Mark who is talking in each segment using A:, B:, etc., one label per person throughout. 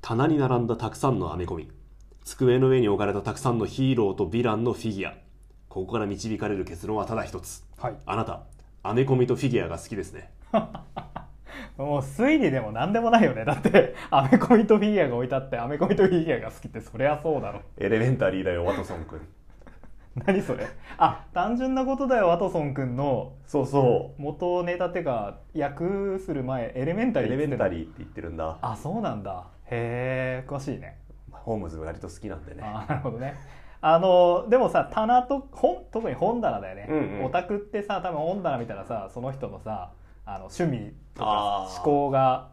A: 棚に並んだたくさんの編み込み机の上に置かれたたくさんのヒーローとヴィランのフィギュアここから導かれる結論はただ一つ
B: はい
A: あなた編み込みとフィギュアが好きですね
B: もう推理でも何でもないよねだってアメコミとフィギュアが置いてあってアメコミとフィギュアが好きってそりゃそうだろ
A: エレメンタリーだよワトソン君
B: 何それあ単純なことだよワトソン君の
A: そうそ
B: 元ネタってか訳する前エレメン
A: う
B: タリーっつってんだ
A: ーって言ってるんだ
B: あそうなんだへえ詳しいね
A: ホームズ割と好きなんでね
B: あーなるほどねあのでもさ棚と本特に本棚だよね、
A: うんうん
B: オタクってさ多分本棚見たらさその人のさあの趣味と
A: あ
B: か
A: ー
B: 思考が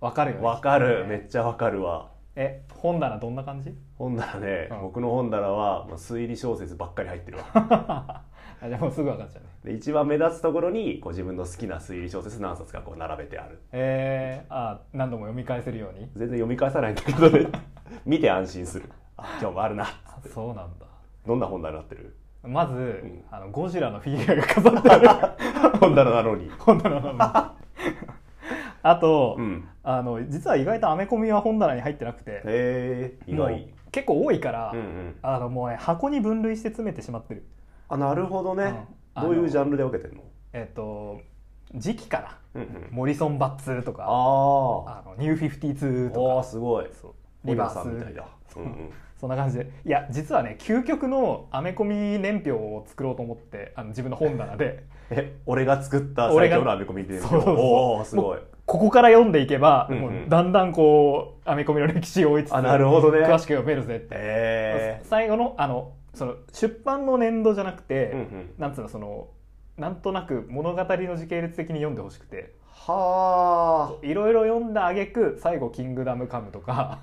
B: 分かるよね
A: わかるめ
B: ね
A: っちゃわかるわ
B: え本棚どんな感じ
A: 本棚ね、
B: うん
A: 僕の本棚はもう推理小説ばっかり入ってるわ
B: あでもすぐ分かっちゃうね
A: で一番目立つところにこう自分の好きな推理小説何冊かこう並べてある
B: えー、あー何度も読み返せるように
A: 全然読み返さないんだけどね 見て安心するあ今日もあるな
B: あそうなんだ
A: どんな本棚になってる
B: まず、
A: ん
B: あのゴジラのフィギュアが飾ってあ る
A: 本棚なのに
B: 本棚なのにあと、
A: うん
B: あの実は意外とアメコミは本棚に入ってなくて
A: へえ意
B: もう
A: 外
B: 結構多いから、
A: うんうん
B: あのもうね箱に分類して詰めてしまってる
A: あなるほどね、
B: うん
A: どう
B: あ
A: いう
B: の
A: ジャンルで分けてんの
B: えっ、と時期から
A: うんうん
B: モリソン・バッツルとか
A: あ
B: あのニュー52
A: ー
B: と
A: お
B: か
A: ーすごい
B: そう
A: リ
B: リ
A: バ
B: バ
A: ー
B: ー
A: さ
B: ス
A: んみたいだ、うんうん、
B: そんな感じでいや実はね究極のアメコミ年表を作ろうと思ってあの自分の本棚で
A: え俺が作った最
B: 俺が
A: 強のアメコミっていうの
B: そうそうそう
A: おおすごい
B: ここから読んでいけば、
A: うんうん
B: もうだんだんこうアメコミの歴史を追いつつ
A: あなるほどね
B: 詳しく読めるぜって、
A: え
B: 最後のあのその出版の年度じゃなく
A: え
B: て、
A: うんうん
B: なんつうのそのなんとなく物語の時系列的に読んでほしくて
A: はあ
B: いろいろ読んだ挙句最後「キングダムカム」とか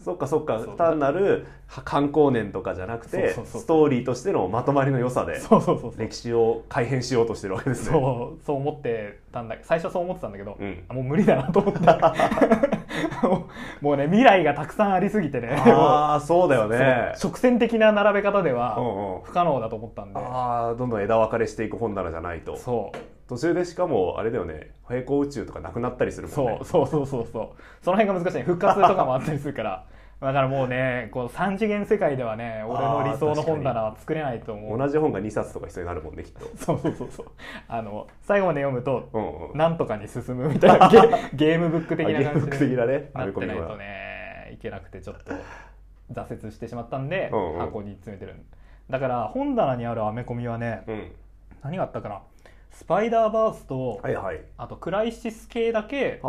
A: そっかそっか
B: そう
A: 単なるは観光年とかじゃなくて
B: そうそうそう
A: ストーリーとしてのまとまりの良さで
B: そうそうそうそう
A: 歴史を改変しようとしてるわけですね
B: そうそう思ってたんだ最初はそう思ってたんだけど、
A: うん
B: あもう無理だなと思ってもう もうね未来がたくさんありすぎてねも
A: ああそうだよ
B: う
A: ね
B: そう直線的な並べ方では
A: うんうん
B: 不可能だと思ったんで
A: ああどんどん枝分かれしていく本棚じゃないと
B: そう
A: 途中でしかもあれだよね平行宇宙とかなくなったりするもん
B: そ
A: ね
B: うそうそうそうそうその辺が難しいね復活とかもあったりするから だからもうねこう3次元世界ではね俺の理想の本棚は作れないと思う
A: 同じ本が2冊とか必要になるもんねきっと
B: そうそうそうそうあの最後まで読むと
A: うんうん
B: なんとかに進むみたい なゲゲームブック的
A: あ
B: な
A: 原
B: 感じ
A: 則的
B: で
A: なね
B: な
A: 編
B: っ
A: み込
B: て
A: み
B: ないと
A: は
B: ねいけなくてちょっと挫折してしまったんで
A: うんうん
B: 箱に詰めてるだから本棚にあるアメコミはね
A: うん
B: 何があったかなスパイダーバースと
A: はいはい
B: あとクライシス系だけ
A: ああち
B: ちょ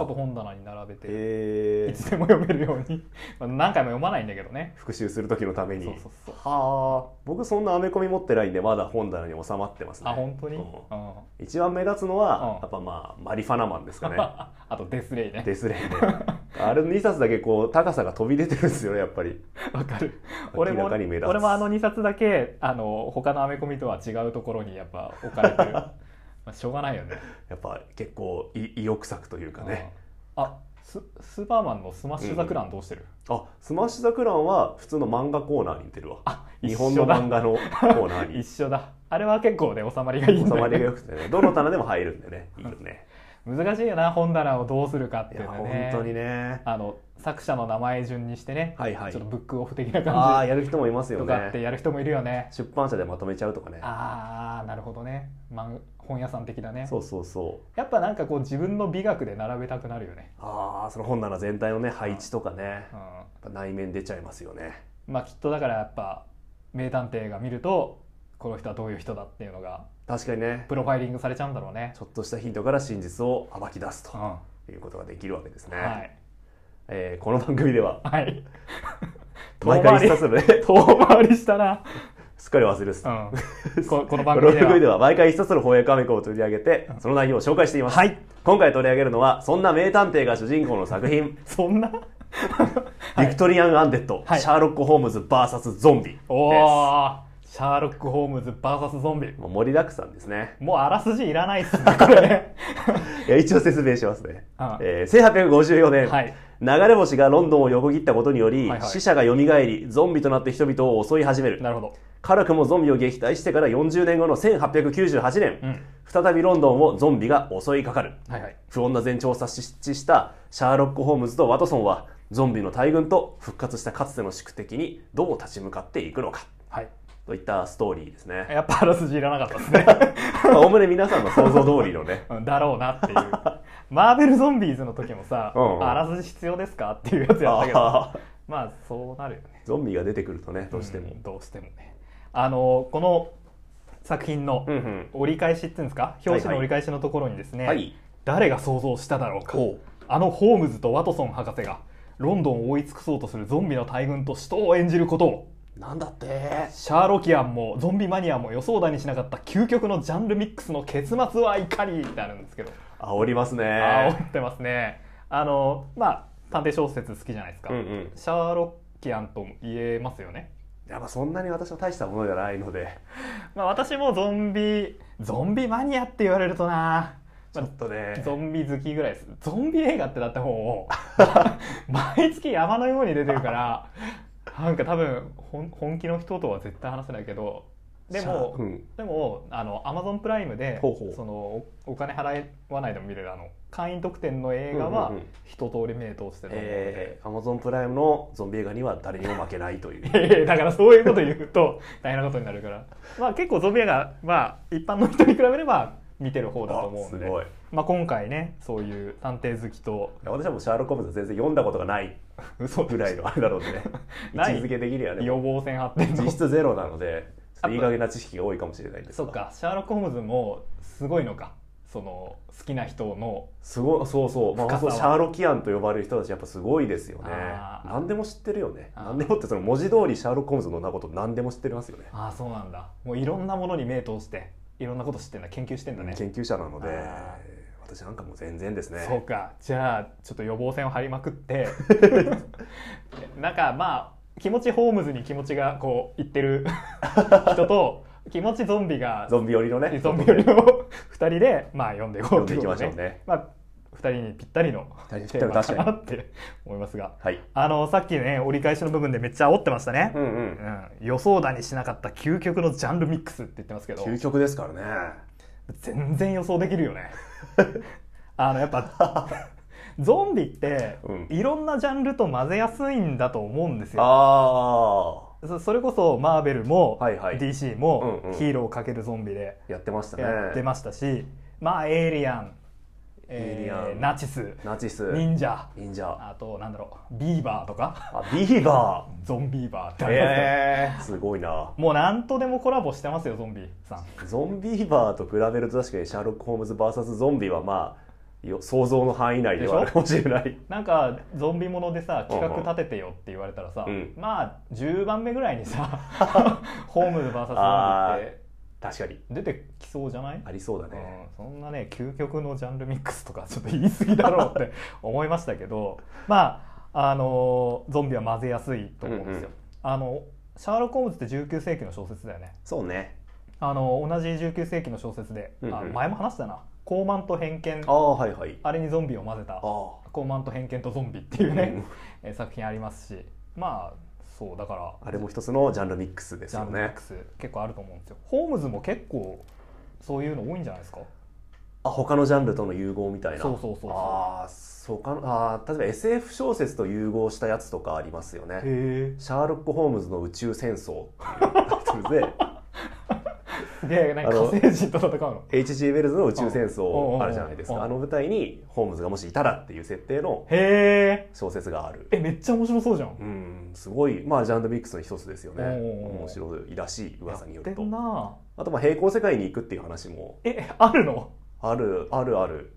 A: ょ
B: っと本棚に並べて
A: えー
B: いつでも読めるように まあ何回も読まないんだけどね
A: 復習する時のために
B: そうそうそう
A: はあ僕そんなアメコミ持ってないんでまだ本棚に収まってますね
B: あ本当に、
A: う
B: うんん、
A: 一番目立つのは、
B: うん
A: やっぱまあマリファナマンです かね
B: あとデスレイね
A: デスレイねあれの2冊だけこう高さが飛び出てるんですよねやっぱり
B: わかる
A: 明
B: 俺も
A: らかに目立つ
B: 俺もあの2冊だけあの他のアメコミとは違うところにやっぱ置か れてるまあしょうがないよね
A: やっぱ結構い意欲作というかね
B: うんあススーパーマンのスマッシュ・ザ・クランどうしてる、
A: あスマッシュ・ザ・クランは普通の漫画コーナーに似てるわ
B: あ
A: 日本の漫
B: 画
A: 画のコーナ ーに
B: 一緒だあれは結構ね収まりがいいん
A: 収
B: だよ
A: ま
B: ね
A: りが良くてねどの棚でも入るんで ねいいよね
B: 難しいよな本棚をどうするかって
A: い
B: いう
A: や
B: のは
A: 本
B: ね
A: 当にね
B: あの作者の名前順にしてね、
A: はいはい
B: ちょっとブックオフ的な
A: あ
B: 感
A: あ
B: じ
A: やる人もいますよ
B: とかって
A: ね
B: やる人もいるよね。
A: 出版社でまとめちゃうとかね
B: ああなるほどね、まん、本屋さん的だね
A: そうそうそう
B: やっぱなんかこう自分の美学で並べたくなるよね、
A: ああその本棚全体のね配置とかねや
B: う
A: っぱ内面出ちゃいますよね
B: ん、まあきっとだからやっぱ名探偵が見るとこの人はどういう人だっていうのが
A: 確かにね
B: プロファイリングされちゃうんだろうね
A: ち、ょっとしたヒントから真実を暴き出す
B: うん、
A: と
B: は
A: いうことができるわけですね、
B: い
A: えーこの番組では
B: はい
A: 毎回一冊のね
B: 遠回りしたな、
A: すっかり忘れです、
B: うん、ここの番
A: この
B: 組で
A: 番組で
B: は
A: は毎回一冊の翻訳アメコを取り上げてその内容を紹介しています、
B: はい
A: 今回取り上げるのはそんな名探偵が主人公の作品
B: そ んな
A: 「ビクトリアン・アンデッド、
B: はい
A: シャーロック・ホームズ VS ゾンビ」です
B: おおシャーロック・ホームズ VS ゾンビ
A: もう盛りだくさんですね
B: もうあらすじいらないっす ねこれね
A: いや一応説明しますね、
B: ああ
A: えー1854年、
B: はい
A: 流れ星がロンドンを横切ったことにより、
B: はいはい
A: 死者が蘇りゾンビとなって人々を襲い始める
B: なるほど
A: 辛くもゾンビを撃退してから40年後の1898年、
B: うん
A: 再びロンドンをゾンビが襲いかかる
B: はいはい
A: 不穏な前兆を察知したシャーロック・ホームズとワトソンはゾンビの大群と復活したかつての宿敵にどう立ち向かっていくのか
B: はい
A: といったストーリーですね。
B: やっぱあらすじいらなかったで すね
A: まあおおむね皆さんの想像通りのね。
B: うんだろうなっていうマーベルゾンビーズの時もさ、
A: うんうん
B: あらすじ必要ですかって いうやつやった けど
A: あー
B: まあそうなるよね
A: ゾンビが出てくるとね、どうしても。
B: んどうしてもねあのこの作品の
A: うんうん
B: 折り返しっていうんですか表紙の折り返しのところにですね、
A: はい。
B: 誰が想像しただろうか
A: ほう
B: あのホームズとワトソン博士がロンドンを追い尽くそうとするゾンビの大群と死闘を演じることを
A: なんだって
B: シャーロキアンもゾンビマニアも予想だにしなかった究極のジャンルミックスの結末はいかにってあるんですけど、
A: 煽りますね。
B: 煽ってますねあのまあ探偵小説好きじゃないですか、
A: うんうん。
B: シャーロキアンとも言えますよね
A: やっぱそんなに私は大したものじゃないので、
B: まあ私もゾンビゾンビマニアって言われるとな
A: ちょっとね。
B: ゾンビ好きぐらいです。ゾンビ映画ってだっても う、毎月山のように出てるから、なんか多分本、本気の人とは絶対話せないけど、でも、
A: うん
B: でも、あの、アマゾンプライムで、
A: ほうほう
B: そのお、お金払わないでも見れる、あの、会員特典の映画
A: う
B: は
A: んうんうん、
B: 一通り目通してると思うの
A: え
B: で、
A: ー、Amazon プライムのゾンビ映画には誰にも負けないという。
B: だからそういうこと言うと、大変なことになるから。まあ結構ゾンビ映画、まあ一般の人に比べれば、見てる方だと思うので、
A: あすごい
B: まあ今回ね、そういう探偵好きと、
A: 私はもうシャーロック・ホームズは全然読んだことがない
B: 嘘
A: ぐら いのあれだろうね位
B: ない
A: 置づけ的にはね
B: 予防線張ってんの
A: 実質ゼロなのでちょっといい加減な知識が多いかもしれないです
B: そっかシャーロック・ホームズもすごいのかその好きな人の
A: すごいそうそう、まあ、
B: 深さ
A: そ
B: は
A: うシャーロキアンと呼ばれる人たちやっぱすごいですよね
B: あー
A: 何でも知ってるよね
B: あー
A: 何でもってその文字通りシャーロック・ホームズの名こと何でも知ってますよね
B: ああそうなんだもういろんなものに目通していろんなこと知ってんだ研究してんだね、
A: 研究者なので
B: あ
A: 私なんかもう全然ですね
B: そうかじゃあちょっと予防線を張りまくって なんかまあ気持ちホームズに気持ちがこういっ てる人と気持ちゾンビが
A: ゾンビ寄りのね
B: ゾンビよりの2人でまあ読んでいこうっ
A: 読んで
B: て
A: い
B: こ
A: き
B: と
A: まし
B: で
A: ょうね
B: まあ2人にぴったりの
A: 二人にぴっ
B: テ
A: た
B: ー
A: り
B: マ
A: 確
B: か
A: か
B: な
A: に
B: って思いますが
A: はい
B: あのさっきね折り返しの部分でめっちゃ煽ってましたね
A: う、んう
B: うんん予想だにしなかった究極のジャンルミックスって言ってますけど
A: 究極ですからね
B: 全然予想できるよ ねあのやっぱゾンビって、
A: うん
B: いろんなジャンルと混ぜやすいんだと思うんですよ
A: あ
B: そそれこそマーベルも、
A: はいはい
B: DC も、
A: うんうん
B: ヒーローかけるゾンビで
A: あやってましたね
B: やってましたし、まあエイリアン、
A: エイリアン
B: ナチス
A: ナチス
B: 忍者
A: 忍者
B: あとなんだろうビーバーとか
A: あビーバ
B: ゾンビーバーって
A: ー
B: ありますから
A: えー、すごいな
B: もうなんとでもコラボしてますよゾンビさん
A: ゾンビーバーと比べると確かにシャーロック・ホームズ VS ゾンビはまあよ想像の範囲内ではある
B: でしょ
A: かもしれない
B: なんかゾンビものでさ企
A: うんう
B: 画
A: ん
B: 立ててよって言われたらさ、
A: うん
B: まあ10番目ぐらい にさホームズ VS ゾ
A: あ
B: ンビ
A: ー
B: って
A: 確かに
B: 出てきそうじゃない、
A: ありそうだ
B: う
A: ね、
B: ん、そんなね究極のジャンルミックスとかちょっと言い過ぎだろ うって思いましたけどまああのーゾンビは混ぜやすいと思うんですよ、
A: うんうん
B: あのシャーロック・ホームズって19世紀の小説だよね
A: そうね
B: あの同じ19世紀の小説で、
A: うんうん
B: あ前も話したな「高慢と偏見」
A: ああはいはい
B: あれにゾンビを混ぜた
A: ああ
B: 「高慢と偏見とゾンビ」っていうね、 えー作品ありますしまあそうだから
A: あれも一つのジャンルミックスです
B: ジャ
A: よ
B: ンルミッ
A: ね
B: クス結構あると思うんですよホームズも結構そういうの多いんじゃないですか
A: あ他のジャンルとの融合みたいな
B: そうそうそうそう
A: ああそうかなあー例えば SF 小説と融合したやつとかありますよね
B: へ
A: シャーロック・ホームズの宇宙戦争 っていうタイトルで
B: えでなんか
A: あの
B: 火星人と戦うの
A: H.G. ウェルズの宇宙戦
B: うん
A: 争あるじゃないです
B: うん
A: かあの舞台にホームズがもしいたらっていう設定の
B: へえ
A: 小説がある
B: えめっちゃ面白そうじゃん
A: うんすごいまあジャンルミックスの一つですよね
B: おー
A: 面白いらしい噂による
B: やって
A: と
B: んな
A: あとまあ平行世界に行くっていう話も
B: えあるの
A: あるあるある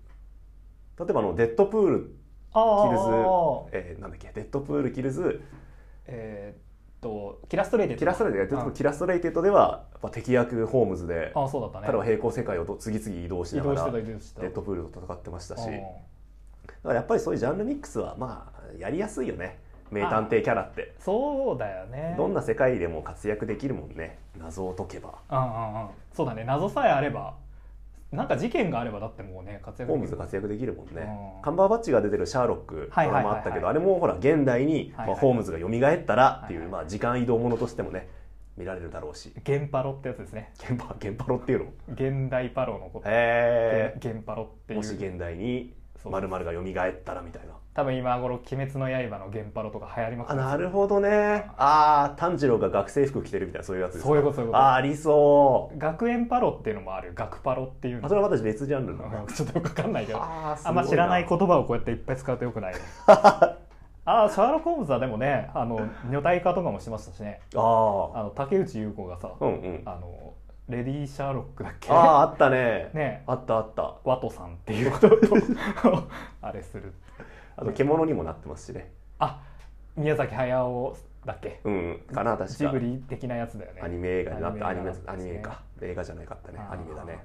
A: 例えばあのデッドプール
B: あ
A: キルズ
B: あ、
A: えーなんだっけデッドプールキルズ
B: えーっとキラストレイデッド
A: キラストレイテッドキラストレイテッドではやっぱ敵役ホームズで
B: ああそうだったね
A: 彼は平行世界をと次々移動し
B: 移
A: なが
B: 動し
A: ら
B: てた
A: デ
B: 移動してた
A: ッドプールと戦ってましたし
B: うん
A: だからやっぱりそういうジャンルミックスはまあやりやすいよね名探偵キャラって
B: そうだよね
A: どんな世界でも活躍できるもんね謎を解けば
B: うんうんうんそうだね謎さえあればなんか事件があればだってもうね活躍
A: ホーム
B: でき
A: ズ
B: る
A: 活躍できるもんね
B: うん
A: カンバーバッチが出てる「シャーロック」こ
B: はい
A: れ
B: はいはい
A: もあったけどあれもほら現代に
B: はいはい
A: まあホームズが蘇ったらってい
B: は
A: う
B: い
A: まあ時間移動ものとしてもね見られるだろうし
B: 現パロってやつですね
A: ゲ ンパゲンパロっていうの
B: 現代パロのこと
A: へ
B: 現現パロって
A: え
B: い
A: もし
B: う
A: 現代に
B: そう
A: まるが蘇ったらみたいな
B: 多分今頃「鬼滅の刃」の現パロとか流行ります
A: あなるほどねああ炭治郎が学生服着てるみたいなそういうやつですか
B: そういうことそういうこと
A: あーありそう
B: 学園パロっていうのもある学パロっていうの
A: あそれは私別ジャンルなの
B: うんちょっとよくわかんないけど
A: あー
B: あんま知らない
A: すご
B: 言葉をこうやっていっぱい使うとよくないねああシャーロック・ホームズはでもねあの女体化とかもしてましたしね
A: いなあ
B: あの竹内優子がさ、
A: あうんうんあ
B: あのレディー・シャーロックだっけ
A: あーあったね
B: ね
A: あったあった
B: ワトさんっていうこととあれする
A: あと獣にもなってますしね
B: あ宮崎駿だっけ
A: うんかな確か
B: ジブリ的なやつだよね
A: アニメ映画になったア
B: ア
A: ニ
B: ニメ
A: メ
B: 映画
A: アニメか映画じゃなかったね
B: あー
A: アニメだね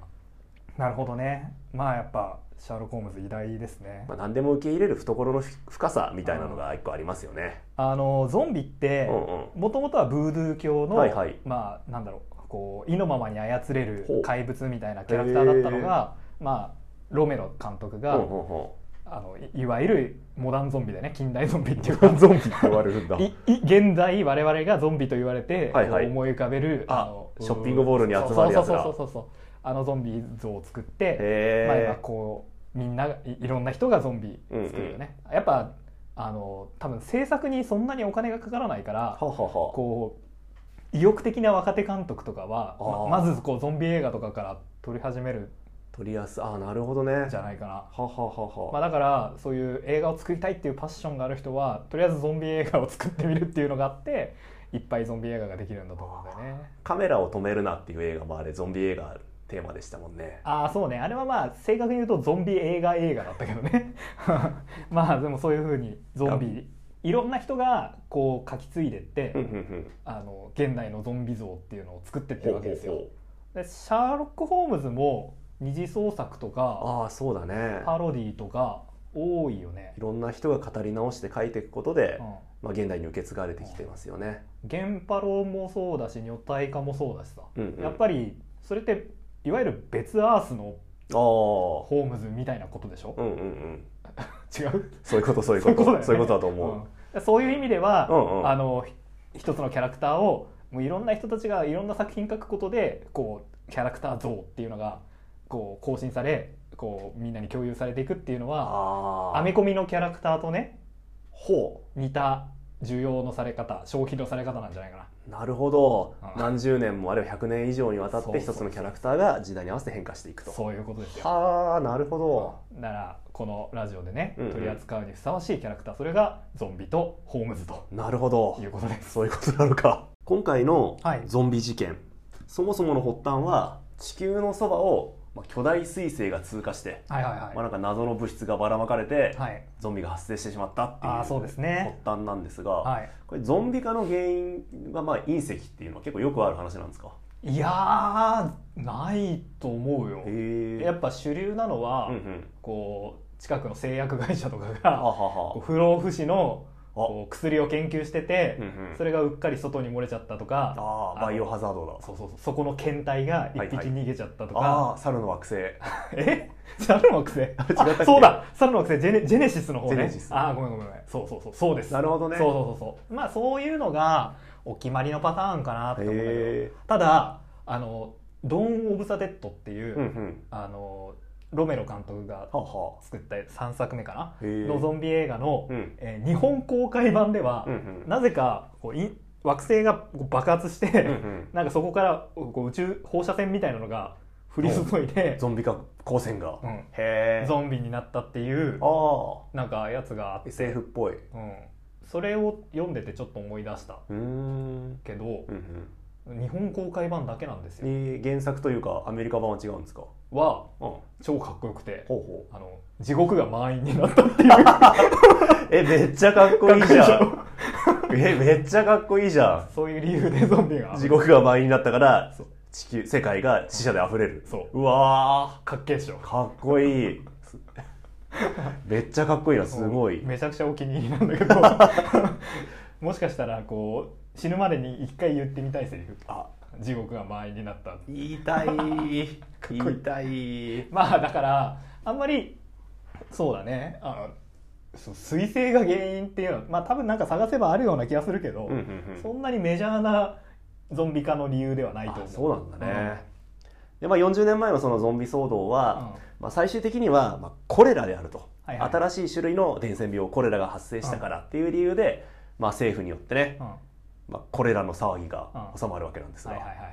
B: なるほどねまあやっぱシャーロック・ホームズ偉大ですね
A: まあ何でも受け入れる懐のふ深さみたいなのが一個ありますよね
B: あのゾンビって
A: うんうん
B: もともとはブードゥー教の、
A: はいはい
B: まあなんだろうこう意のままに操れ
A: ほう
B: る怪物みたいなキャラクターだったのが、まあロメロ監督
A: うん
B: が、
A: うんうん
B: あのいいわゆるモダンゾンビでね近代ゾンビっていう
A: モ
B: か
A: ダンゾンビって言われるんだ
B: いい現在我々がゾンビと言われて、
A: はいはい
B: こう思い浮かべる
A: あ
B: の
A: ショッピングモールに集まるやつら
B: そうそうそうそうそうそうあのゾンビ像を作って、
A: へ
B: まあ、
A: え
B: 今こうみんないいろんな人がゾンビ作るよね、やっぱあの多分制作にそんなにお金がかからないから
A: ははは
B: こう意欲的な若手監督とかは
A: あー
B: ままずこうゾンビ映画とかから撮り始める
A: 取りやすああなるほどね
B: んじゃないかな、
A: はははは、
B: まあ、だからそういう映画を作りたいっていうパッションがある人はとりあえずゾンビ映画を作ってみるっていうのがあっていっぱいゾンビ映画ができるんだと思うんだよね
A: カメラを止めるなっていう映画もあれゾンビ映画テーマでしたもんね
B: ああそうねあれはまあ正確に言うとゾンビ映画映画だったけどね まあでもそういうふうにゾンビいろんな人がこう書き継いでって、
A: うんうんうん
B: あの現代のゾンビ像っていうのを作ってってるわけですよ
A: ほうほう
B: でシャーロック・ホームズも二次創作とか
A: ほうああそうだね
B: パロディとか多いよね
A: い、ろんな人が語り直して書いていくことで、
B: うん、
A: まあ、現代に受け継がれてきてますよね、
B: 原パロもそうだし女体化もそうだしさ、
A: うんうん、
B: やっぱりそれっていわゆる別アースの
A: ああ
B: ホームズみたいなことでしょ、
A: うんうんうん
B: 違う
A: そういうことそういうこと
B: そ
A: そ
B: ういうことだよね
A: ういうことだと思
B: うんそういう意味では、
A: うんうん
B: あのひ一つのキャラクターをもういろんな人たちがいろんな作品書くことでこうキャラクター像っていうのがこう更新されこうみんなに共有されていくっていうの
A: う、
B: は
A: ああ
B: アメコミのキャラクターとね
A: ほ
B: 似た需要のされ方消費のされ方なんじゃないかな
A: うなるほど
B: うん
A: 何十年もあるいは100年以上にわたっ
B: そう
A: て
B: そう
A: 一つのキャラクターが時代に合わせて変化していくと
B: そういうことですよ
A: はあなるほど
B: だからこのラジオでね
A: うんうん
B: 取り扱うにふさわしいキャラクターそれがゾンビとホームズと
A: なるほど
B: いうことです
A: そういうことなのか今回の
B: はい
A: ゾンビ事件、そもそもの発端は地球のそばをまあ巨大彗星が通過して、
B: はいはい
A: まあ、
B: は
A: なんか謎の物質がばらまかれて、
B: いはい
A: ゾンビが発生してしまったっていう
B: ああそうですね
A: 発端なんですが、
B: はい
A: これゾンビ化の原因がまあ隕石っていうのは結構よくある話なんですか
B: いやーないと思うよ
A: へえ
B: やっぱ主流なのは、
A: うんうん
B: こう近くの製薬会社とか
A: あは
B: がこう
A: は
B: 不老不死の
A: あ
B: こう薬を研究してて、
A: うんうん
B: それがうっかり外に漏れちゃったとか
A: あーバイオハザードだ
B: そうそうそうそこの検体が一
A: はいはい
B: 匹逃げちゃったとか、
A: ああ猿の 惑星
B: え猿の惑星
A: 違ったっけ
B: あそうだ猿の惑星ジェネジェネシスの方ね
A: ジェネシス
B: あーごめんごめんごめんそうそうそうそうです
A: なるほどね
B: そうそうそうそうまあそういうのがお決まりのパターンかなって思うんだけど、
A: へ
B: ただあのドーン・オブ・ザ・デッドっていう、
A: えうんうん
B: あのロメロ監督が
A: はは
B: 作った3作目か
A: へえ
B: なのゾンビ映画の、
A: うん
B: えー日本公開版では、
A: うんうん
B: なぜかこうい惑星がこう爆発して、
A: うんうん
B: なんかそこからこう宇宙放射線みたいなのが降り注いで、
A: ゾンビ化光線が、
B: うん
A: へえ
B: ゾンビになったっていう
A: ああ
B: なんかやつがあって、
A: SF っぽいう
B: うん、それを読んでてちょっと思い出した
A: ーん
B: けど
A: うんうん
B: 日本公開版だけなんですよ、
A: に原作というかアメリカ版は違うんですか
B: は
A: うんほ
B: 超かっこよくて
A: うほ
B: あの地獄が満員になっ たっていう
A: うえめっちゃかっこいいじゃ
B: かっ
A: んえめっちゃかっこいいじゃ
B: そういう理由でゾンビが
A: ん地獄が満員だったから
B: そう
A: 地球世界が死者で溢れる
B: そう
A: うわ
B: かっけえっしょ
A: ーかっこいいめっちゃかっこいいなすごい
B: めちゃくちゃお気に入りなんだけど もしかしたらこう死ぬまでに一回言ってみたいセリフ
A: あ
B: 地獄が満員になった
A: 言いたい
B: かっこい
A: 言
B: い
A: いたい
B: まあだからあんまりそうだねあのそう彗星が原因っていうのはまあ多分なんか探せばあるような気がするけど、
A: うんうんうん
B: そんなにメジャーなゾンビ化の理由ではないと思
A: あ
B: う
A: そうなんだね、でまあ、40年前のそのゾンビ騒動
B: うん
A: は、まあ、最終的には、まあ、コレラであると、
B: はいはい
A: 新しい種類の伝染病コレラが発生したからっていう理由で、まあ、政府によってね、
B: うん
A: まあ、コレラの騒ぎが
B: うん
A: 収まるわけなんですが、
B: はいはいはいはい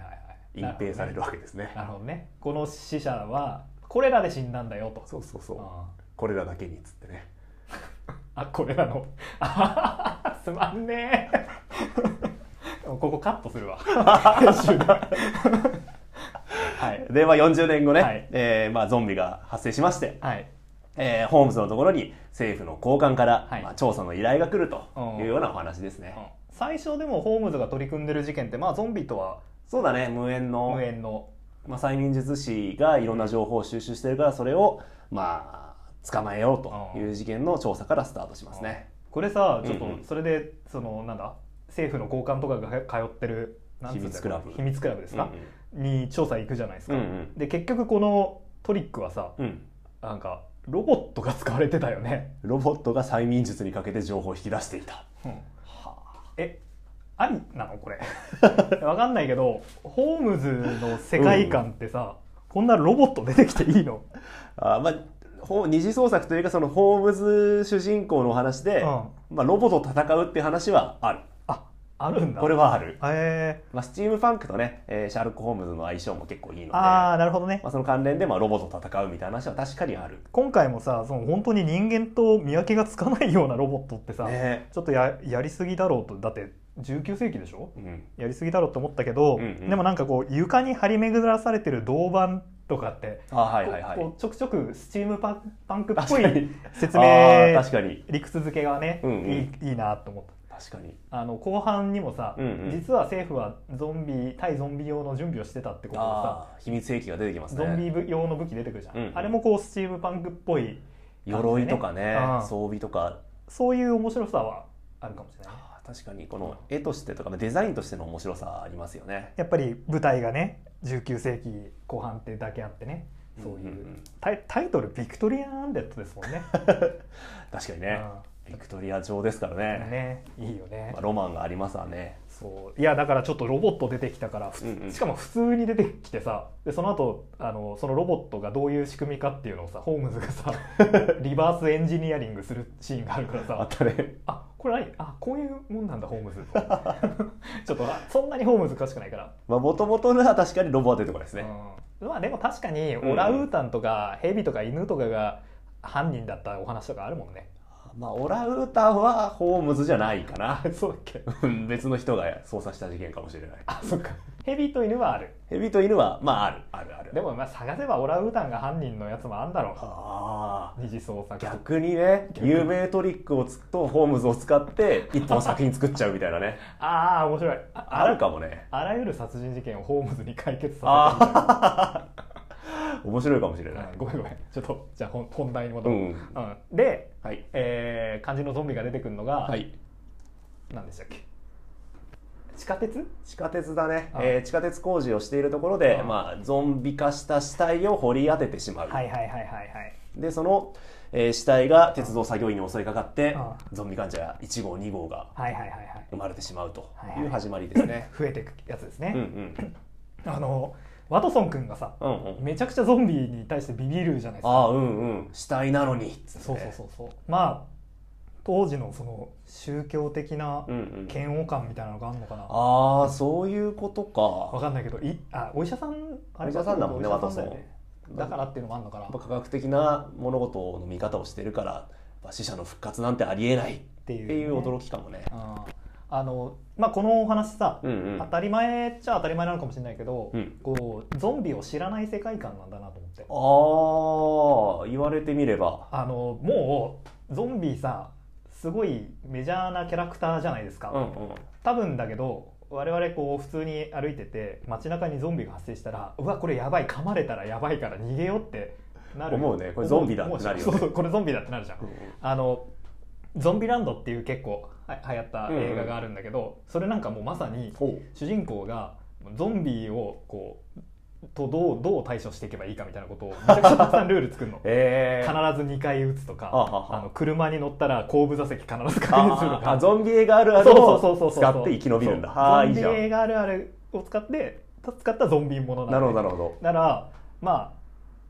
A: 隠
B: はい
A: 蔽されるわけですね
B: なるほどねこの死者はこれらで死んだんだよと
A: そうそうそう、
B: あ
A: コレラだけにっつってね
B: あこれらの あはははすまんね えここカットする わ編集ではい
A: で、まあ、40年後ね、
B: はい
A: えーまあ、ゾンビが発生しまして、
B: はい
A: えーホームズのところに政府の高官から、
B: はい
A: まあ、調査の依頼が来ると
B: うん
A: いうようなお話ですね、
B: 最初でもホームズが取り組んでる事件ってまあゾンビとは
A: そうだね無縁の
B: 無縁の
A: まあ、催眠術師がいろんな情報を収集してるからそれをまあ捕まえようという事件の調査からスタートしますね。
B: これさちょっ
A: うんう
B: と
A: ん
B: それでそのなんだ政府の高官とかが通ってるなんつうんだ
A: 秘密クラブ
B: 秘密クラブですか、に調査行くじゃないです
A: う
B: か、
A: んうん
B: で結局このトリックはさ
A: うん
B: なんかロボットが使われてたよね、
A: ロボットが催眠術にかけて情報を引き出していた。
B: えありなの これわかんないけどホームズの世界観ってさ、こんなロボット出てきていいの、
A: あーまあほう二次創作というかそのホームズ主人公のお話で、
B: う
A: まあ、ロボと戦うっていう話はある
B: ああるんだ
A: これはある、
B: へえ
A: まあ、スチームファンクとね、えーシャーロック・ホームズの相性も結構いいので
B: ああなるほどね
A: まあ、その関連でまあロボと戦うみたいな話は確かにある。
B: 今回もさその本当に人間と見分けがつかないようなロボットってさ、
A: ね
B: ちょっとややりすぎだろうとだって19世紀でしょ
A: うん
B: やりすぎだろうと思ったけど、
A: うんうん
B: でもなんかこう床に張り巡らされてる銅板とかって、
A: あーはいはいはい
B: こうこうちょくちょくスチームパンパンクっぽい
A: 確かに
B: 説
A: あー
B: 明
A: 確かに
B: 理屈付けがね、
A: うんうん
B: いいいいなと思った。
A: 確かに
B: あの後半にもさ、
A: うんうん
B: 実は政府はゾンビ対ゾンビ用の準備をしてたってことがさ
A: あー秘密兵器が出てきますね
B: ゾンビ部用の武器出てくるじゃん、
A: うんうん
B: あれもこうスチームパンクっぽい
A: 鎧とかね
B: うん
A: 装備とか
B: そういう面白さはあるかもしれないね
A: あー確かにこの絵としてとかデザインとしての面白さありますよね
B: やっぱり舞台がね19世紀後半ってだけあってねそうい
A: ん
B: う、
A: んん
B: タイタイトル「ビクトリアン・アンデッド」ですもんね
A: 確かにねビクトリア朝ですから
B: う
A: ね
B: んねいいよね
A: まあロマンがありますわね
B: そういやだからちょっとロボット出てきたから、ふつ
A: うんうん
B: しかも普通に出てきてさでその後あのそのロボットがどういう仕組みかっていうのをさホームズ がさリバースエンジニアリングするシーンがあるから
A: あ
B: さ
A: ったね
B: あこれ何あこういうもんなんだホームズちょっとあそんなにホームズ詳しくないから
A: まあ元々のは確かにロボは出てこないですね
B: うん、まあでも確かにオランウータンとかヘビとか犬とかが犯人だったお話とかあるもんね
A: まあオランウータンはホームズじゃないかな
B: そうだっけ
A: うん別の人が操作した事件かもしれない
B: あそっかヘビと犬はある
A: ヘビと犬はまああるあるある
B: でもまあ探せばオランウータンが犯人のやつもあんだろ
A: ああ
B: う二次創作
A: 逆にね
B: 逆に
A: 有名トリックをつとホームズを使って一本作品作っちゃうみたいなね
B: ああ面白い あ
A: あるかもね
B: あらゆる殺人事件をホームズに解決させてみ
A: ああ面白いかもしれ
B: た
A: な
B: い
A: い
B: な、うんごめんごめんちょっとじゃあ本本題に戻
A: う
B: る、
A: ん
B: うんで、
A: はい
B: えー、肝心のゾンビが出てくるのが、
A: はい
B: 何でしたっけ地下鉄
A: 地下鉄だね
B: あ、
A: えー地下鉄工事をしているところで
B: あ
A: まあ、ゾンビ化した死体を掘り当ててしまう、
B: はいはいはいはいはい
A: でその、えー死体が鉄道作業員に襲いかかって
B: あ
A: ゾンビ患者1号2号が
B: はいはいはいはい
A: 生まれてしまうと
B: はいはい
A: いう始まりです ね、
B: 増えていくやつですね、
A: うんうん
B: あのワトソン君がさ
A: うんうん
B: めちゃくちゃゾンビに対してビビるじゃないですか
A: ああうんうん死体なのにっつって
B: そうそうそうそうまあ当時のその宗教的な
A: うんうん
B: 嫌悪感みたいなのがあるのかな、
A: ああそういうこと
B: わ
A: か
B: かんないけどいあお医者さんあ
A: お
B: れ
A: 医者さんだもんね
B: お医者さよ
A: ワトソン
B: だからっていうのもあるのかな
A: やっ
B: っ
A: ぱ科学的な物事の見方をしてるからやっぱ死者の復活なんてありえないって
B: いう,、
A: ていう驚きかもね、
B: ああのまあこのお話さ、
A: うんうん
B: 当たり前っちゃ当たり前なのかもしれないけど、
A: うん
B: こうゾンビを知らない世界観なんだなと思って
A: ああ言われてみれば
B: あのもうゾンビさすごいメジャーなキャラクターじゃないですか、
A: うんうん
B: 多分だけど我々こう普通に歩いてて街中にゾンビが発生したらうわこれやばい噛まれたらやばいから逃げようってなる
A: 思うねこれゾンビだ
B: 思う
A: ってなるよね
B: 思うそうそうこれゾンビだってなるじゃん、あのゾンビランドっていう結構は流行った映画があるんだけど、それなんかもうまさに
A: ほう
B: 主人公がゾンビをこうとどうどう対処していけばいいかみたいなことをめちゃくちゃたくさんルール作るの
A: え
B: 必ず
A: ー、
B: 2回撃つとか
A: あはは
B: あの車に乗ったら後部座席必 ず確認すると
A: あ
B: か
A: あゾンビ映画あるあるを使って生き延びるんだ
B: そう
A: はあいい
B: ゾン
A: じ
B: ビ
A: ゃん
B: 映画あるあるを使って使ったゾンビものな
A: な
B: んで
A: るほどなるほど
B: だからまあ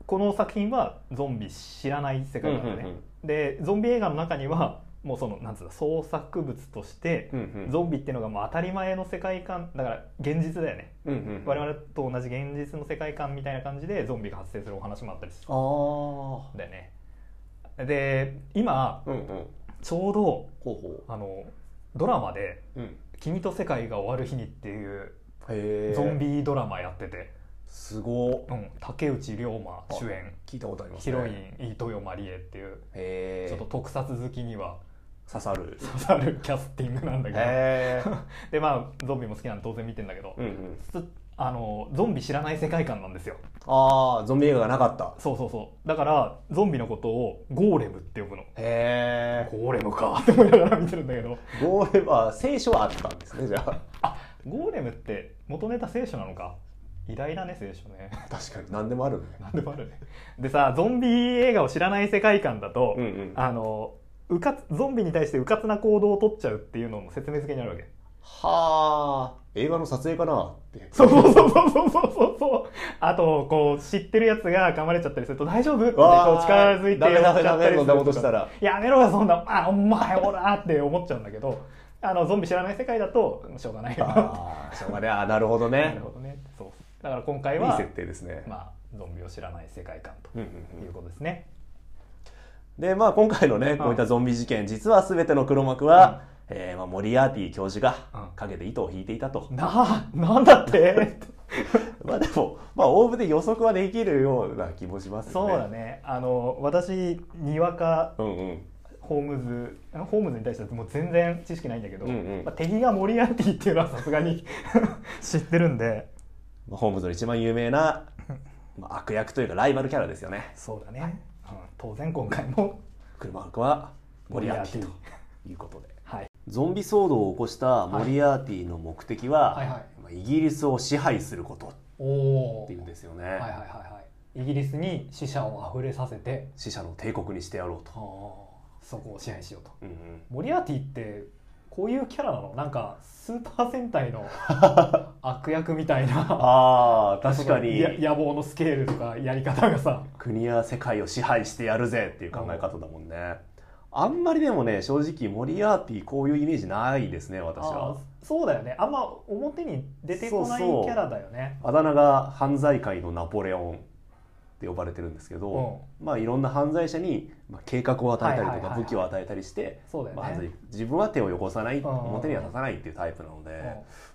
B: この作品はゾンビ知らない世界なんでね、
A: うんうん
B: でゾンビ映画の中にはもうそのなんつうの創作物として、
A: うんうん
B: ゾンビっていうのがもう当たり前の世界観だから現実だよね、
A: うんうん
B: 我々と同じ現実の世界観みたいな感じでゾンビが発生するお話もあったりする
A: あ
B: んだよねで今
A: あうんうんほ
B: ちょうど
A: うほ
B: あのドラマで
A: ううん
B: 「君と世界が終わる日に」っていう
A: へえ
B: ゾンビドラマやってて、
A: すごっ
B: うん、竹内涼真主演
A: 聞いたことあります
B: ヒ
A: ね
B: ロイン飯豊まりえっていう
A: へえ
B: ちょっと特撮好きには
A: 刺さ る
B: 刺さるキャスティングなんだけど、
A: へえ
B: でまあゾンビも好きなんで当然見てんだけど、
A: うんうん
B: つあのゾンビ知らない世界観なんですよ
A: ああゾンビ映画がなかった
B: そうそうそうだからゾンビのことをゴーレムって呼ぶの
A: へえ
B: ゴーレムかって思いながら見てるんだけど
A: ゴーレムは聖書はあったんですねじゃあ
B: ゴーレムって元ネタ聖書なのか偉大だね聖書ね
A: 確かに何でもあるね
B: なんでもあるねでさゾンビ映画を知らない世界観だと、
A: うんうん
B: あのうかつゾンビに対してうかつな行動を取っちゃうっていうのも説明付けにあるわけ
A: はあ映画の撮影かなって
B: そうそうそうそうそうそうそう。あと、こう、知ってるやつが噛まれちゃったりすると、大丈夫ってこう
A: わー
B: 近づいて
A: ダメダメ
B: 寄っちゃったり
A: ダメ
B: する
A: そんなことしたら
B: やめろよ、そんな、あ、お前、ほらって思っちゃうんだけど、あの、ゾンビ知らない世界だと、しょうがないよ。な
A: ああしょうがねあーなるほど
B: る
A: ね
B: ほどね。そう。だから今回
A: いい
B: は、
A: 設定ですね、
B: まあ、ゾンビを知らない世界観と
A: うんうんうん
B: いうことですね。
A: でまあ今回のねこういったゾンビ事件実は全ての黒幕は、えーまあ、モリアーティ教授が
B: うん
A: 陰で糸を引いていたと、
B: なあ、なんだって
A: まあでもまあ応募で予測はできるような気もしますよ
B: そう
A: ね
B: だね。あの、私、にわか
A: うんうん
B: ホームズホームズに対してはもう全然知識ないんだけど、
A: うんうん
B: まあ、敵がモリアーティっていうのはさすがに 知ってるんで
A: まあホームズの一番有名な、まあ、悪役というかライバルキャラですよね
B: そうだね、うん、当然今回も
A: 黒幕はモリアーティ
B: モリアーティ
A: ということで
B: はい
A: ゾンビ騒動を起こしたモリアーティの目的は、
B: はいはいはい
A: まあイギリスを支配することっ
B: おお
A: ていうんですよね、
B: はいはいはいはいイギリスに死者を溢れさせて
A: 死者の帝国にしてやろうと、
B: そこを支配しようと
A: うんうん
B: モリアーティってこういうキャラなのなんかスーパー戦隊 の悪役みたいな
A: ああ確かに
B: や野望のスケールとかやり方がさ
A: 国や世界を支配してやるぜっていう考え方だもんねあんまりでもね正直モリアーティこういうイメージないですね私
B: あ
A: は
B: ーそうだよねあんま表に出てこないキ
A: そうそう
B: ャラだよね
A: あだ名が犯罪界のナポレオンって呼ばれてるんですけど、まあいろんな犯罪者にまあ計画を与えた
B: は
A: りと
B: いはい
A: か
B: はいはい
A: 武器を与えたりして、
B: そうだよね
A: まあ犯罪自分は手を汚さない
B: ん
A: 表には出さないっていうタイプなので、ま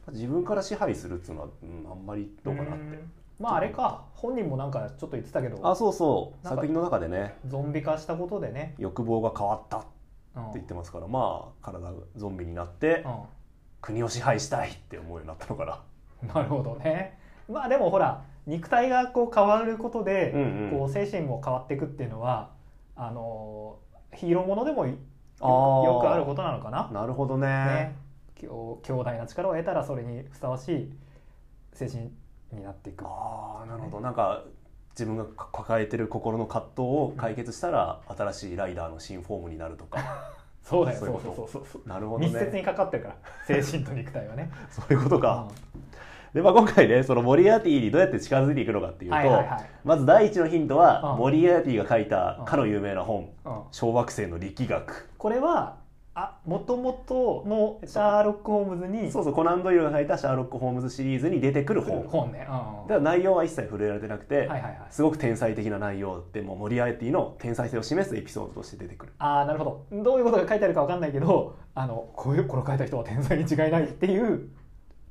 A: あ自分から支配するっていうのは、うん、あんまりどうかなって、
B: んまああれか本人もなんかちょっと言ってたけ
A: あ
B: ど
A: そうそう
B: なんか
A: 作品の中でね
B: ゾンビ化したことでね、
A: 欲望が変わったって
B: うん
A: 言ってますからまあ体がゾンビになって、国を支配したいって思うようになったのかな。
B: うんなるほどねまあでもほら肉体がこう変わることで、
A: うんうん
B: こう精神も変わっていくっていうのはあのーヒーローものでもよ
A: あー
B: よくあることなのかな、
A: なるほどね。
B: ね、強強大な力を得たらそれにふさわしい精神になっていく
A: ああなるほど。なんか自分が抱えてる心の葛藤を解決したら、新しいライダーの新フォームになると か。
B: そうだよ
A: そ
B: そう
A: いううこ
B: そ
A: と
B: うそうそうそう
A: なるほど
B: 密接
A: ね。
B: にかかって るから精神と肉体はね
A: そういうことか。でまあ今回ねそのモリアーティにどうやって近づいていくのかっていうと、
B: はいはいはい
A: まず第一のヒントは、
B: うん
A: モリアーティが書いた
B: うん
A: かの有名な本
B: うんうん
A: 「小惑星の力学
B: これはあもともとのシャーロック・ホームズ」に
A: そうそうコナンドイルが書いた「シャーロック・ホームズ」シリーズに出てくる
B: 本
A: 本。
B: 本ね、うんうん
A: では内容は一切触れられてなくて、
B: はいはいはい
A: すごく天才的な内容でもうモリアーティの天才性を示すエピソードとして出てくる
B: ああなるほどどういうことが書いてあるかわかんないけどあのこういうこれを書いた人は天才に違いないっていう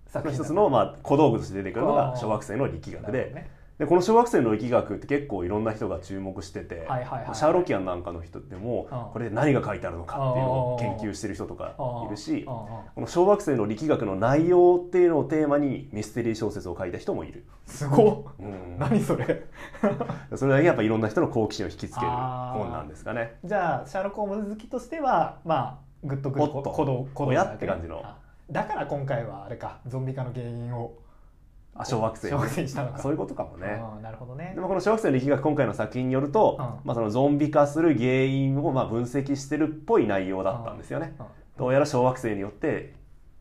A: そ
B: 作
A: の
B: 品
A: 一つ
B: な
A: のまあ小道具として出てくるの
B: あ
A: が
B: ー
A: 小惑星の力
B: んだ
A: 学
B: な
A: で
B: るほどね
A: でこの小学生の疫学って結構いろんな人が注目してて、
B: はいはいはい
A: シャーロキアンなんかの人でも、
B: うん
A: これで何が書いてあるのかっていうのを研究してる人とかいるし、
B: ああああ
A: この小学生の力学の内容っていうのをテーマにミステリー小説を書いた人もいる、
B: すごっ
A: うん
B: 何それ
A: それだけやっぱいろんな人の好奇心を引きつける本なんですかね
B: じゃあシャーロック・ホームズ好きとしてはまあグッとくる
A: おっと
B: 鼓動鼓動
A: おやって感じの
B: あだから今回はあれかゾンビ化の原因を
A: あ小学生
B: 小学生にしたの
A: あ
B: か
A: そういうことかもね
B: うんなるほどね
A: でもこの小学生の力学今回の作品によると、
B: うん
A: まあ、そのゾンビ化する原因をまあ分析してるっぽい内容だったんですよね、
B: うん
A: どうやら小学生によって、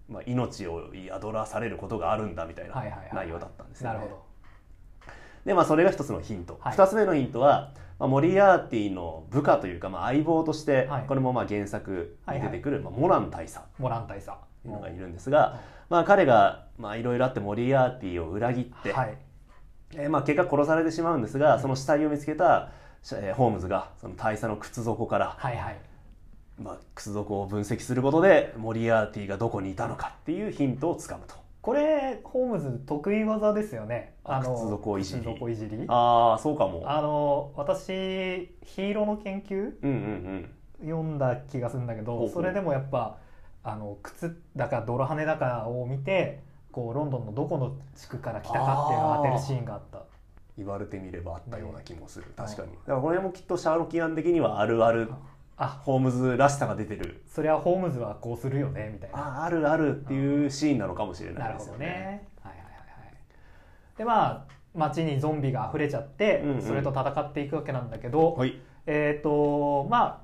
A: まあ、命を宿らされることがあるんだみたいな
B: はいはいはい
A: 内容だったんですよ、
B: な
A: ね
B: るほど
A: で、まあ、それが一つのヒント、
B: はい
A: 二つ目のヒントは、まあ、モリアーティの部下というか、まあ、相棒として、
B: はい
A: これもまあ原作に出てくる、まあ、モラン大佐
B: モラン大佐
A: というのがい
B: る
A: るんですが、まあ、彼がまあいろいろあってモリアーティを裏切って、
B: はい
A: えーまあ、結果殺されてしまうんですがその死体を見つけた、えーホームズがその大佐の靴底から、
B: はいはい
A: まあ、靴底を分析することでモリアーティがどこにいたのかっていうヒントをつかむと。
B: これホームズ得意技ですよね
A: あ靴底いじり
B: 靴底いじり
A: ああそうかも
B: あの私ヒーローの研究
A: うんうんうん
B: 読んだ気がするんだけ
A: ほう
B: ど
A: ほう
B: それでもやっぱあの靴だか泥跳ねだかを見てこうロンドンのどこの地区から来たかっていうのを当てるシーンがあった
A: 言われてみればあったような気もする、確かに
B: うん
A: だからこれもきっとシャーロキアン的にはあるある
B: あ
A: ホームズらしさが出てる
B: そりゃホームズはこうするよねみたいな
A: ああるあるっていうシーンなのかもしれな
B: ないる
A: で
B: ほ
A: す
B: ど
A: よ
B: ね
A: ね
B: はいはいはいはいでまあ街にゾンビが溢れちゃって、
A: うんうん
B: それと戦っていくわけなんだけど、
A: はい
B: えっ、とまあ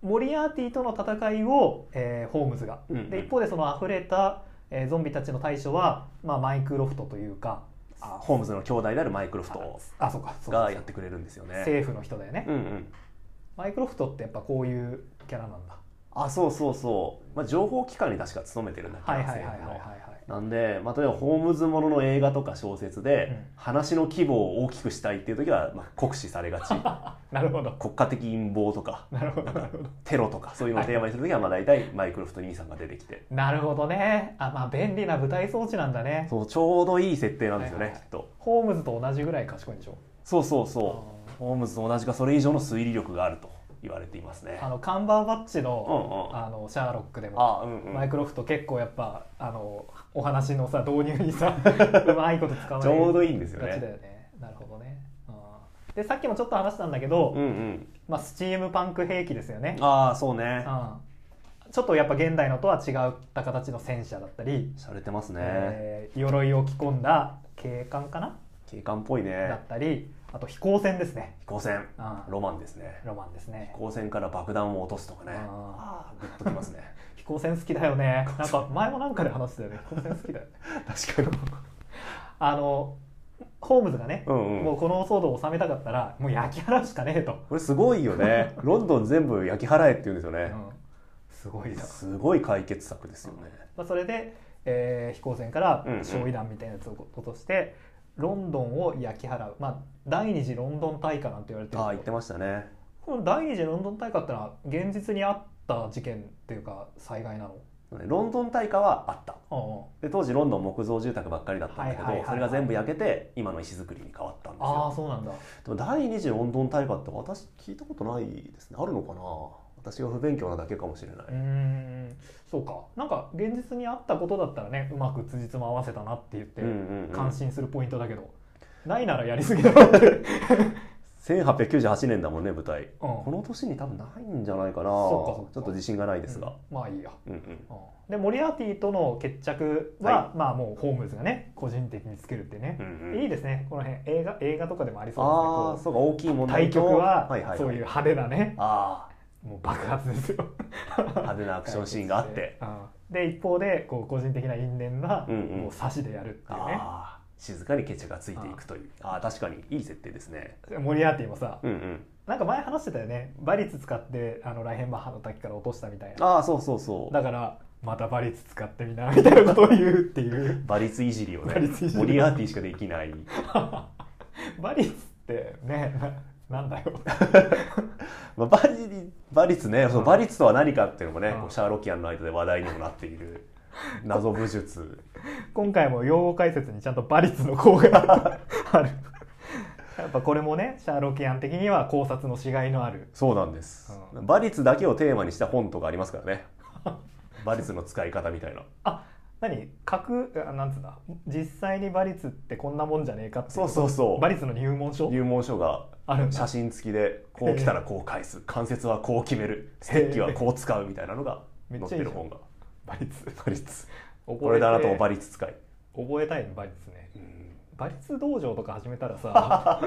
B: モリアーティとの戦いを、えーホームズが、
A: うんうん
B: で一方でその溢れた、えーゾンビたちの対処は、まあ、マイクロフトというか
A: あホームズの兄弟であるマイクロフト
B: あそうかそうか
A: がやってくれるんですよね
B: 政府の人だよね、
A: うんうん
B: マイクロフトってやっぱこういうキャラなんだ
A: あそうそうそう、まあ、情報機関に確か勤めてるんだっけ
B: は
A: ど
B: いはいはいはいはい
A: なんで、まあ、例えばホームズものの映画とか小説で、
B: うん
A: 話の規模を大きくしたいっていう時は、まあ、酷使されが ち
B: はいなるほど
A: 国家的陰謀とか
B: なるほどなるほど
A: テロとかそういうのをテーマにする時は、まあ、大体マイクロフト兄さんが出てきて
B: なるほどねあまあ便利な舞台装置なんだね
A: そうちょうどいい設定なんですよね、
B: はいはいは
A: き
B: い
A: っと
B: ホームズと同じぐらい賢いんでしょ
A: そうそうそうホームズと同じかそれ以上の推理力があると言われていますね
B: あのカンバーバッチ
A: うんう
B: の,、
A: ん
B: あのシャーロックでも
A: あうんう
B: マイ
A: ん
B: クロフト結構やっぱあのお話のさ導入 にさうまいこと使われ
A: ちょうどいいんですよ
B: がちだ
A: ね
B: よねなるほどね、うんでさっきもちょっと話したんだけど、
A: うんうん
B: まあ、スチームパンク兵器ですよね、
A: ああそうね
B: うんちょっとやっぱ現代のとは違った形の戦車だったり、
A: 洒落てますね、
B: えー鎧を着込んだ警官かな、
A: 警官っぽい
B: だ
A: ね
B: ったりあと飛行船ですね、
A: 飛行船
B: うん
A: ロマンですね
B: ロマンですね
A: 飛行船から爆弾を落とすとかね
B: あ
A: グッときます ね
B: 飛行船好きだよねなんか前もなんかで話したよね飛行船好きだよね
A: 確かに
B: あのホームズがね、
A: うんうん
B: もうこの騒動を収めたかったらもう焼き払うしかねえと、
A: これすごいよねロンドン全部焼き払えって言うんですよ
B: う
A: ね、
B: んすごいな、
A: すごい解決策ですよね、
B: まあ、それで、えー飛行船から
A: うんうん
B: 焼夷弾みたいなやつを落として、ロンドンを焼き払う、まあ、第二次ロンドン大火なんて言われて
A: ああ言
B: るけ
A: って
B: ど
A: ましたね
B: この第二次ロンドン大火ってのは現実にあった事件っていうか災害なの
A: ロンドン大火はあった
B: あ
A: で当時ロンドン木造住宅ばっかりだったんだけど、
B: はいはいはいはい
A: それが全部焼けて今の石造りに変わったんです
B: あああ
A: よ
B: そうなんだ
A: でも第二次ロンドン大火って私聞いたことないですねあるのかな私が不勉強なだけかもしれないう
B: ー、んそうかなんか現実にあったことだったらねうまく辻褄合わせたなって言って
A: うんうん
B: 感心するポイントだけど、ないならやりす ぎだろって、うん、
A: 1898年だもんね舞台こ
B: そ
A: の年に多分ないんじゃないかな
B: そっかそっか
A: ちょっと自信がないですが、
B: うんまあいいや、
A: うんうん
B: うんでモリアーティとの決着は、
A: は
B: まあもうホームズがね個人的につけるってね
A: う、んうん
B: いいですねこの辺映画映画とかでもありそう
A: ああ
B: ですねこ
A: そうか大きい問
B: う
A: 題
B: 対
A: と
B: 局は
A: はいはい
B: そういう
A: はい、
B: 派手なね
A: あ
B: もう爆発ですよ
A: あ派手なアクションシーンがあって、
B: うんで一方でこう個人的な因縁が
A: うんうん
B: もう差しでやるっていうね、
A: ああ静かにケチがついていくというああ確かにいい設定ですね
B: モリアーティもさ
A: うんうん
B: なんか前話してたよねバリツ使ってあのライヘンマッハの滝から落としたみたいな
A: ああそうそうそう
B: だからまたバリツ使ってみなみたいなことを言うって いう
A: 馬率いじりをね
B: 馬率いじり
A: モリアーティしかできない
B: バリツってねななんだよ
A: まあ、バリバリツねそのバリツとは何かっていうのもね、
B: うん
A: こうシャーロキアンの間で話題にもなってい る謎武術
B: 今回も用語解説にちゃんとバリツの項があるやっぱこれもねシャーロキアン的には考察のしがいのある
A: そうなんです、
B: う
A: 馬率だけをテーマにした本とかありますから ね馬率の使い方みたいな
B: あ何格あなんつうんだ実際に馬率ってこんなもんじゃねえかってい
A: そうそうそう
B: 馬率の入門書
A: 入門書が
B: あるんだ
A: 写真付きでこう来たらこう返す関節はこう決めるステッキはこう使うみたいなのが
B: め
A: 載
B: っちゃ
A: っ
B: いい
A: て
B: じゃん
A: る本が
B: 馬率
A: 馬率
B: 覚えて
A: これであなたも馬率使い、
B: 覚えたいの馬率ね
A: うん
B: 馬率道場とか始めた らさ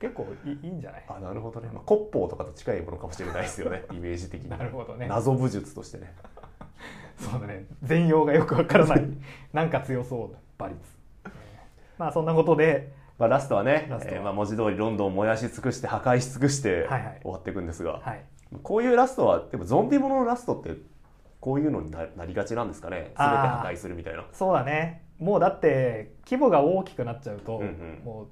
B: 結構いいいいんじゃない
A: あなるほどね、まあ、骨法とかと近いものかもしれないですよね イメージ的に
B: なるほどね
A: 謎武術としてね
B: そうだね全容がよくわか らないなんか強そうだ馬率まあそんなことで
A: まあ、ラストはね
B: ラストは
A: えーまあ、文字通りロンドンを燃やし尽くして破壊し尽くして
B: はいはい
A: 終わっていくんですが、
B: はい
A: こういうラストはでもゾンビもののラストってこういうのにななりがちなんですかね全て
B: あー
A: 破壊するみたいな
B: そうだねもうだって規模が大きくなっちゃうと、
A: うんうん、
B: もう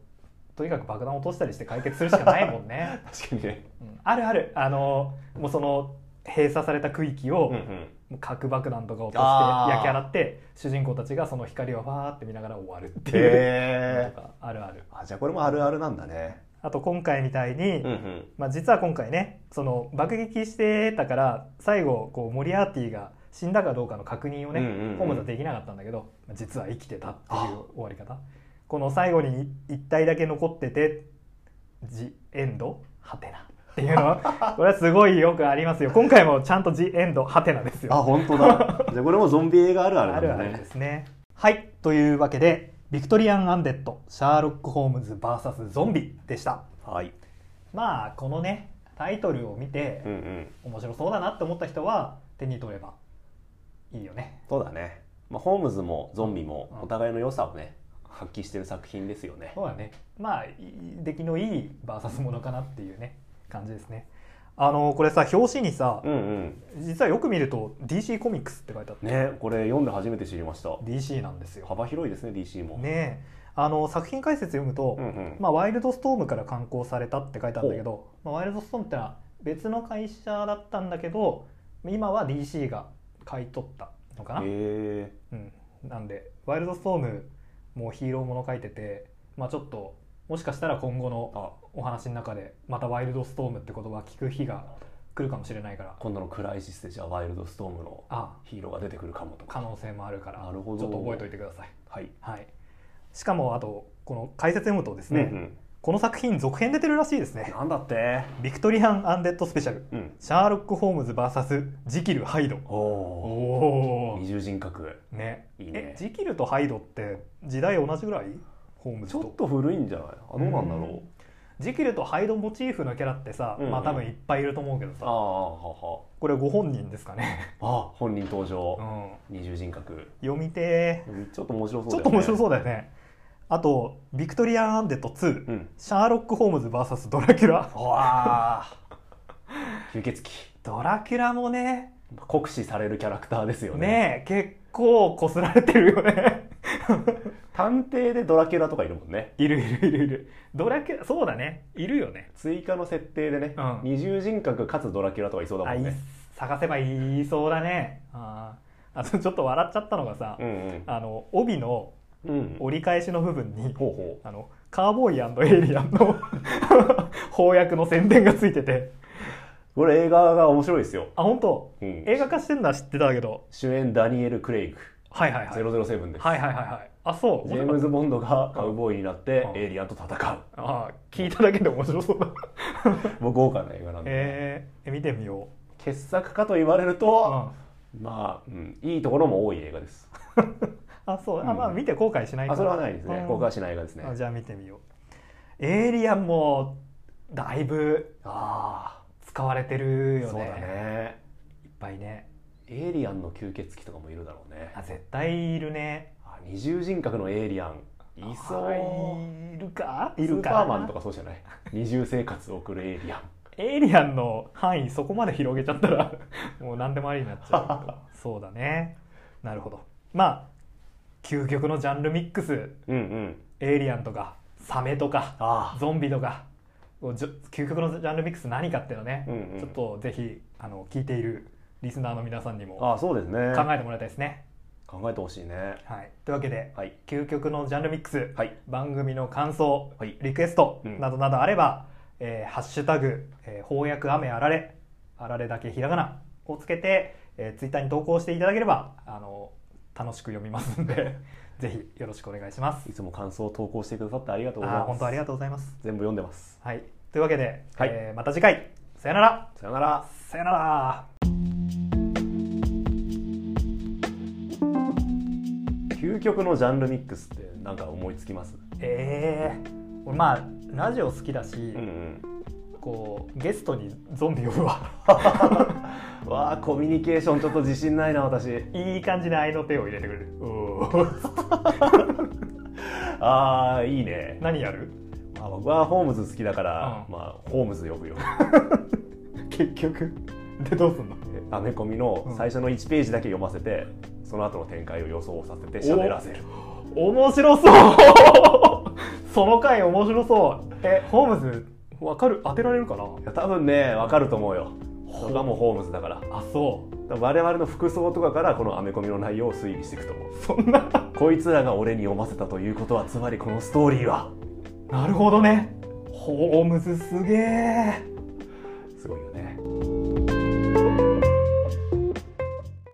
B: とにかく爆弾落としたりして解決するしかないもんね
A: 確かにね、
B: うんあるあるあのもうその閉鎖された区域
A: う
B: を、
A: んうん、
B: もう核爆弾とか落とし
A: あー
B: て焼き払って主人公たちがその光をファーって見ながら終わるっていうの
A: へ
B: とかあるある
A: ーあじゃあこれもあるあるなんだね
B: あと今回みたいに、
A: うんうん
B: まあ、実は今回ねその爆撃してたから最後こうモリアーティが死んだかどうかの確認をね、
A: うんうんうん
B: ホームズはできなかったんだけどまあ実は生きてたっていう終わり方この最後に一体だけ残ってて「ジ・エンド・ハテナ」っていうのは これはすごいよくありますよ今回もちゃんと「ジ・エンド・ハテナ」ですよ
A: あ本当 だじゃあこれもゾンビ映画あるあるな
B: あ
A: ん
B: る
A: だ
B: あ
A: ね
B: るですねはいというわけで「ビクトリアン・アンデッドシャーロック・ホームズ VS ゾンビ」でした
A: はい、
B: まあこのねタイトルを見て、
A: うんうん、
B: 面白そうだなって思った人は手に取ればいいよね
A: そうだね、まあ、ホームズもゾンビも
B: うん
A: お互いの良さをね発揮してる作品ですよね
B: そうだねまあい出来のいい VS ものかなっていうね感じですねあのこれさ表紙にさ
A: うんうん
B: 実はよく見ると DC コミックスって書いてあって、
A: ねこれ読んで初めて知りました
B: DC なんですよ
A: 幅広いですね DC も、
B: ねえあの作品解説読むと、
A: うんうん
B: まあ、ワイルドストームから刊行されたって書いてあるんだけど、まあ、ワイルドストームってのは別の会社だったんだけど今は DC が買い取ったのかな、
A: へ
B: うん、なんで「ワイルドストーム」もヒーローもの書いてて、まあ、ちょっともしかしたら今後
A: ー、
B: の
A: あ
B: お話の中でまた「ワイルドストーム」って言葉聞く日が来るかもしれないから
A: 今度のクライシスでじゃあワイルドストームの
B: あ
A: ヒーローが出てくるかもとか
B: 可能性もあるから
A: なるほど
B: ちょっと覚えておいてください、
A: はい
B: はい、しかもあとこの解説読むとですね、
A: うん
B: この作品続編出てるらしいです
A: うん、
B: ね
A: なんだって
B: 「ビクトリアン・アンデッド・スペシャル」
A: うん
B: シャーロック・ホームズ VS ジキル・ハイド
A: おお
B: お
A: 二重人格
B: ーね
A: いいね
B: えジキルとハイドって時代同じぐらいホームズ
A: ちょっと古いんじゃないあどうなんだろう、
B: うんジキルとハイドモチーフのキャラってさ、
A: うんうん
B: まあ多分いっぱいいると思うけど
A: ああ
B: さ
A: は
B: これご本人です かね、
A: はあ本人登場、
B: うん、
A: 二重人格
B: 読みて
A: ちょっと面白
B: ー
A: そうだよ
B: ちょ
A: ね
B: っと面白そうだよねあと「ビクトリアン・アンデッド2」
A: うん
B: シャーロック・ホームズ VS ドラキュ ラ
A: わあ吸血鬼
B: ドラキュラもね
A: 酷使されるキャラクターですよね
B: ねえ結構こすられてるよね
A: 探偵でドラキュラとかいるもんね
B: いるいるいるいるドラキュラそうだねいるよね
A: 追加の設定でね、
B: うん
A: 二重人格かつドラキュラとかいそうだも
B: あ
A: ん
B: い
A: ね
B: 探せばいいそうだねあーあとちょっと笑っちゃったのがさ、
A: うんうん
B: あの帯の
A: うん
B: 折り返しの部分に
A: ほうほ
B: あのカーボーイエイリアンの 翻訳の宣伝がついてて
A: うこれ映画が面白いですよ、
B: あ本当
A: うん
B: 映画化してんだ知ってたけど
A: 主演ダニエル・クレイグ
B: はいはいはいはい
A: 007です、
B: はいはいはいあそう
A: ジェームズ・ボンドがカウボーイになって
B: うん
A: エイリアンと戦う
B: あ聞いただけで面白そうだ
A: もう豪華な映画なんで、
B: えー、え見てみよ
A: 傑作かと言われる
B: う、う
A: と、
B: ん、
A: まあ、うん、いいところも多い映画です
B: あそうあ
A: うん
B: まあ見て後悔しないか
A: あそれはないです
B: う
A: ね
B: ん
A: 公開しない映画ですね
B: あじゃあ見てみようエイリアンもだいぶ
A: あ
B: 使われてる
A: あ
B: よね
A: そうだね
B: いっぱいね
A: エイリアンの吸血鬼とかもいるだろうね
B: あ絶対いるね
A: あ二重人格のエイリアンいそう
B: あいるかい
A: ス
B: る
A: ー
B: か
A: パーマンとかそうじゃない二重生活を送るエイリアン
B: エイリアンの範囲そこまで広げちゃったら もう何でもありになっちゃ うそうだねなるほどまあ究極のジャンルミックス
A: うんうん
B: エイリアンとかサメとか
A: あ
B: ゾンビとかこうじょ究極のジャンルミックス何かっていうのね、
A: うんうん
B: ちょっとぜひあの聞いているリスナーの皆さんにも
A: ああそうですね
B: 考えてもらいたいですね
A: 考考えてほしいね
B: はい、というわけで、
A: はい
B: 究極のジャンルミックス、
A: はい
B: 番組の感想、
A: はい
B: リクエスト
A: うん
B: などなどあれば「えーハッシュタグ、えー翻訳雨あられ」「あられだけひらがな」をつけて、えーツイッターに投稿していただければあの楽しく読みますんで ぜひよろしくお願いします
A: い。つも感想を投稿してくださってありがとうござい
B: あ
A: ま
B: ー
A: す
B: 本当ありがとうございます、
A: 全部読んでます
B: はい、というわけで、
A: はい
B: えーまた次回さよなら
A: さよなら
B: さよなら
A: 究極のジャンルミックスってなんか思いつきます
B: えー、俺まあラジオ好きだし、
A: ん
B: こうゲストにゾンビ呼ぶわ
A: うん わあコミュニケーションちょっと自信ないな私
B: いい感じで愛の手を入れてくれる
A: あーいいね
B: 何やる
A: まあ僕はホームズ好きだから、
B: うん
A: まあホームズ呼 ぶよ
B: 結局でどうすんの
A: アメコミの最初の1ページだけ読ませて、その後の展開を予想させて喋らせる
B: 面白そうその回面白そうえホームズわかる当てられるかない
A: や多分ね分かると思うよそれはもうホームズだから
B: あそ
A: 我々の服装とかからこのアメコミの内容を推理していくと思う
B: うそんな
A: こいつらが俺に読ませたということはつまりこのストーリーは
B: なるほどねホームズすげえ
A: すごいよね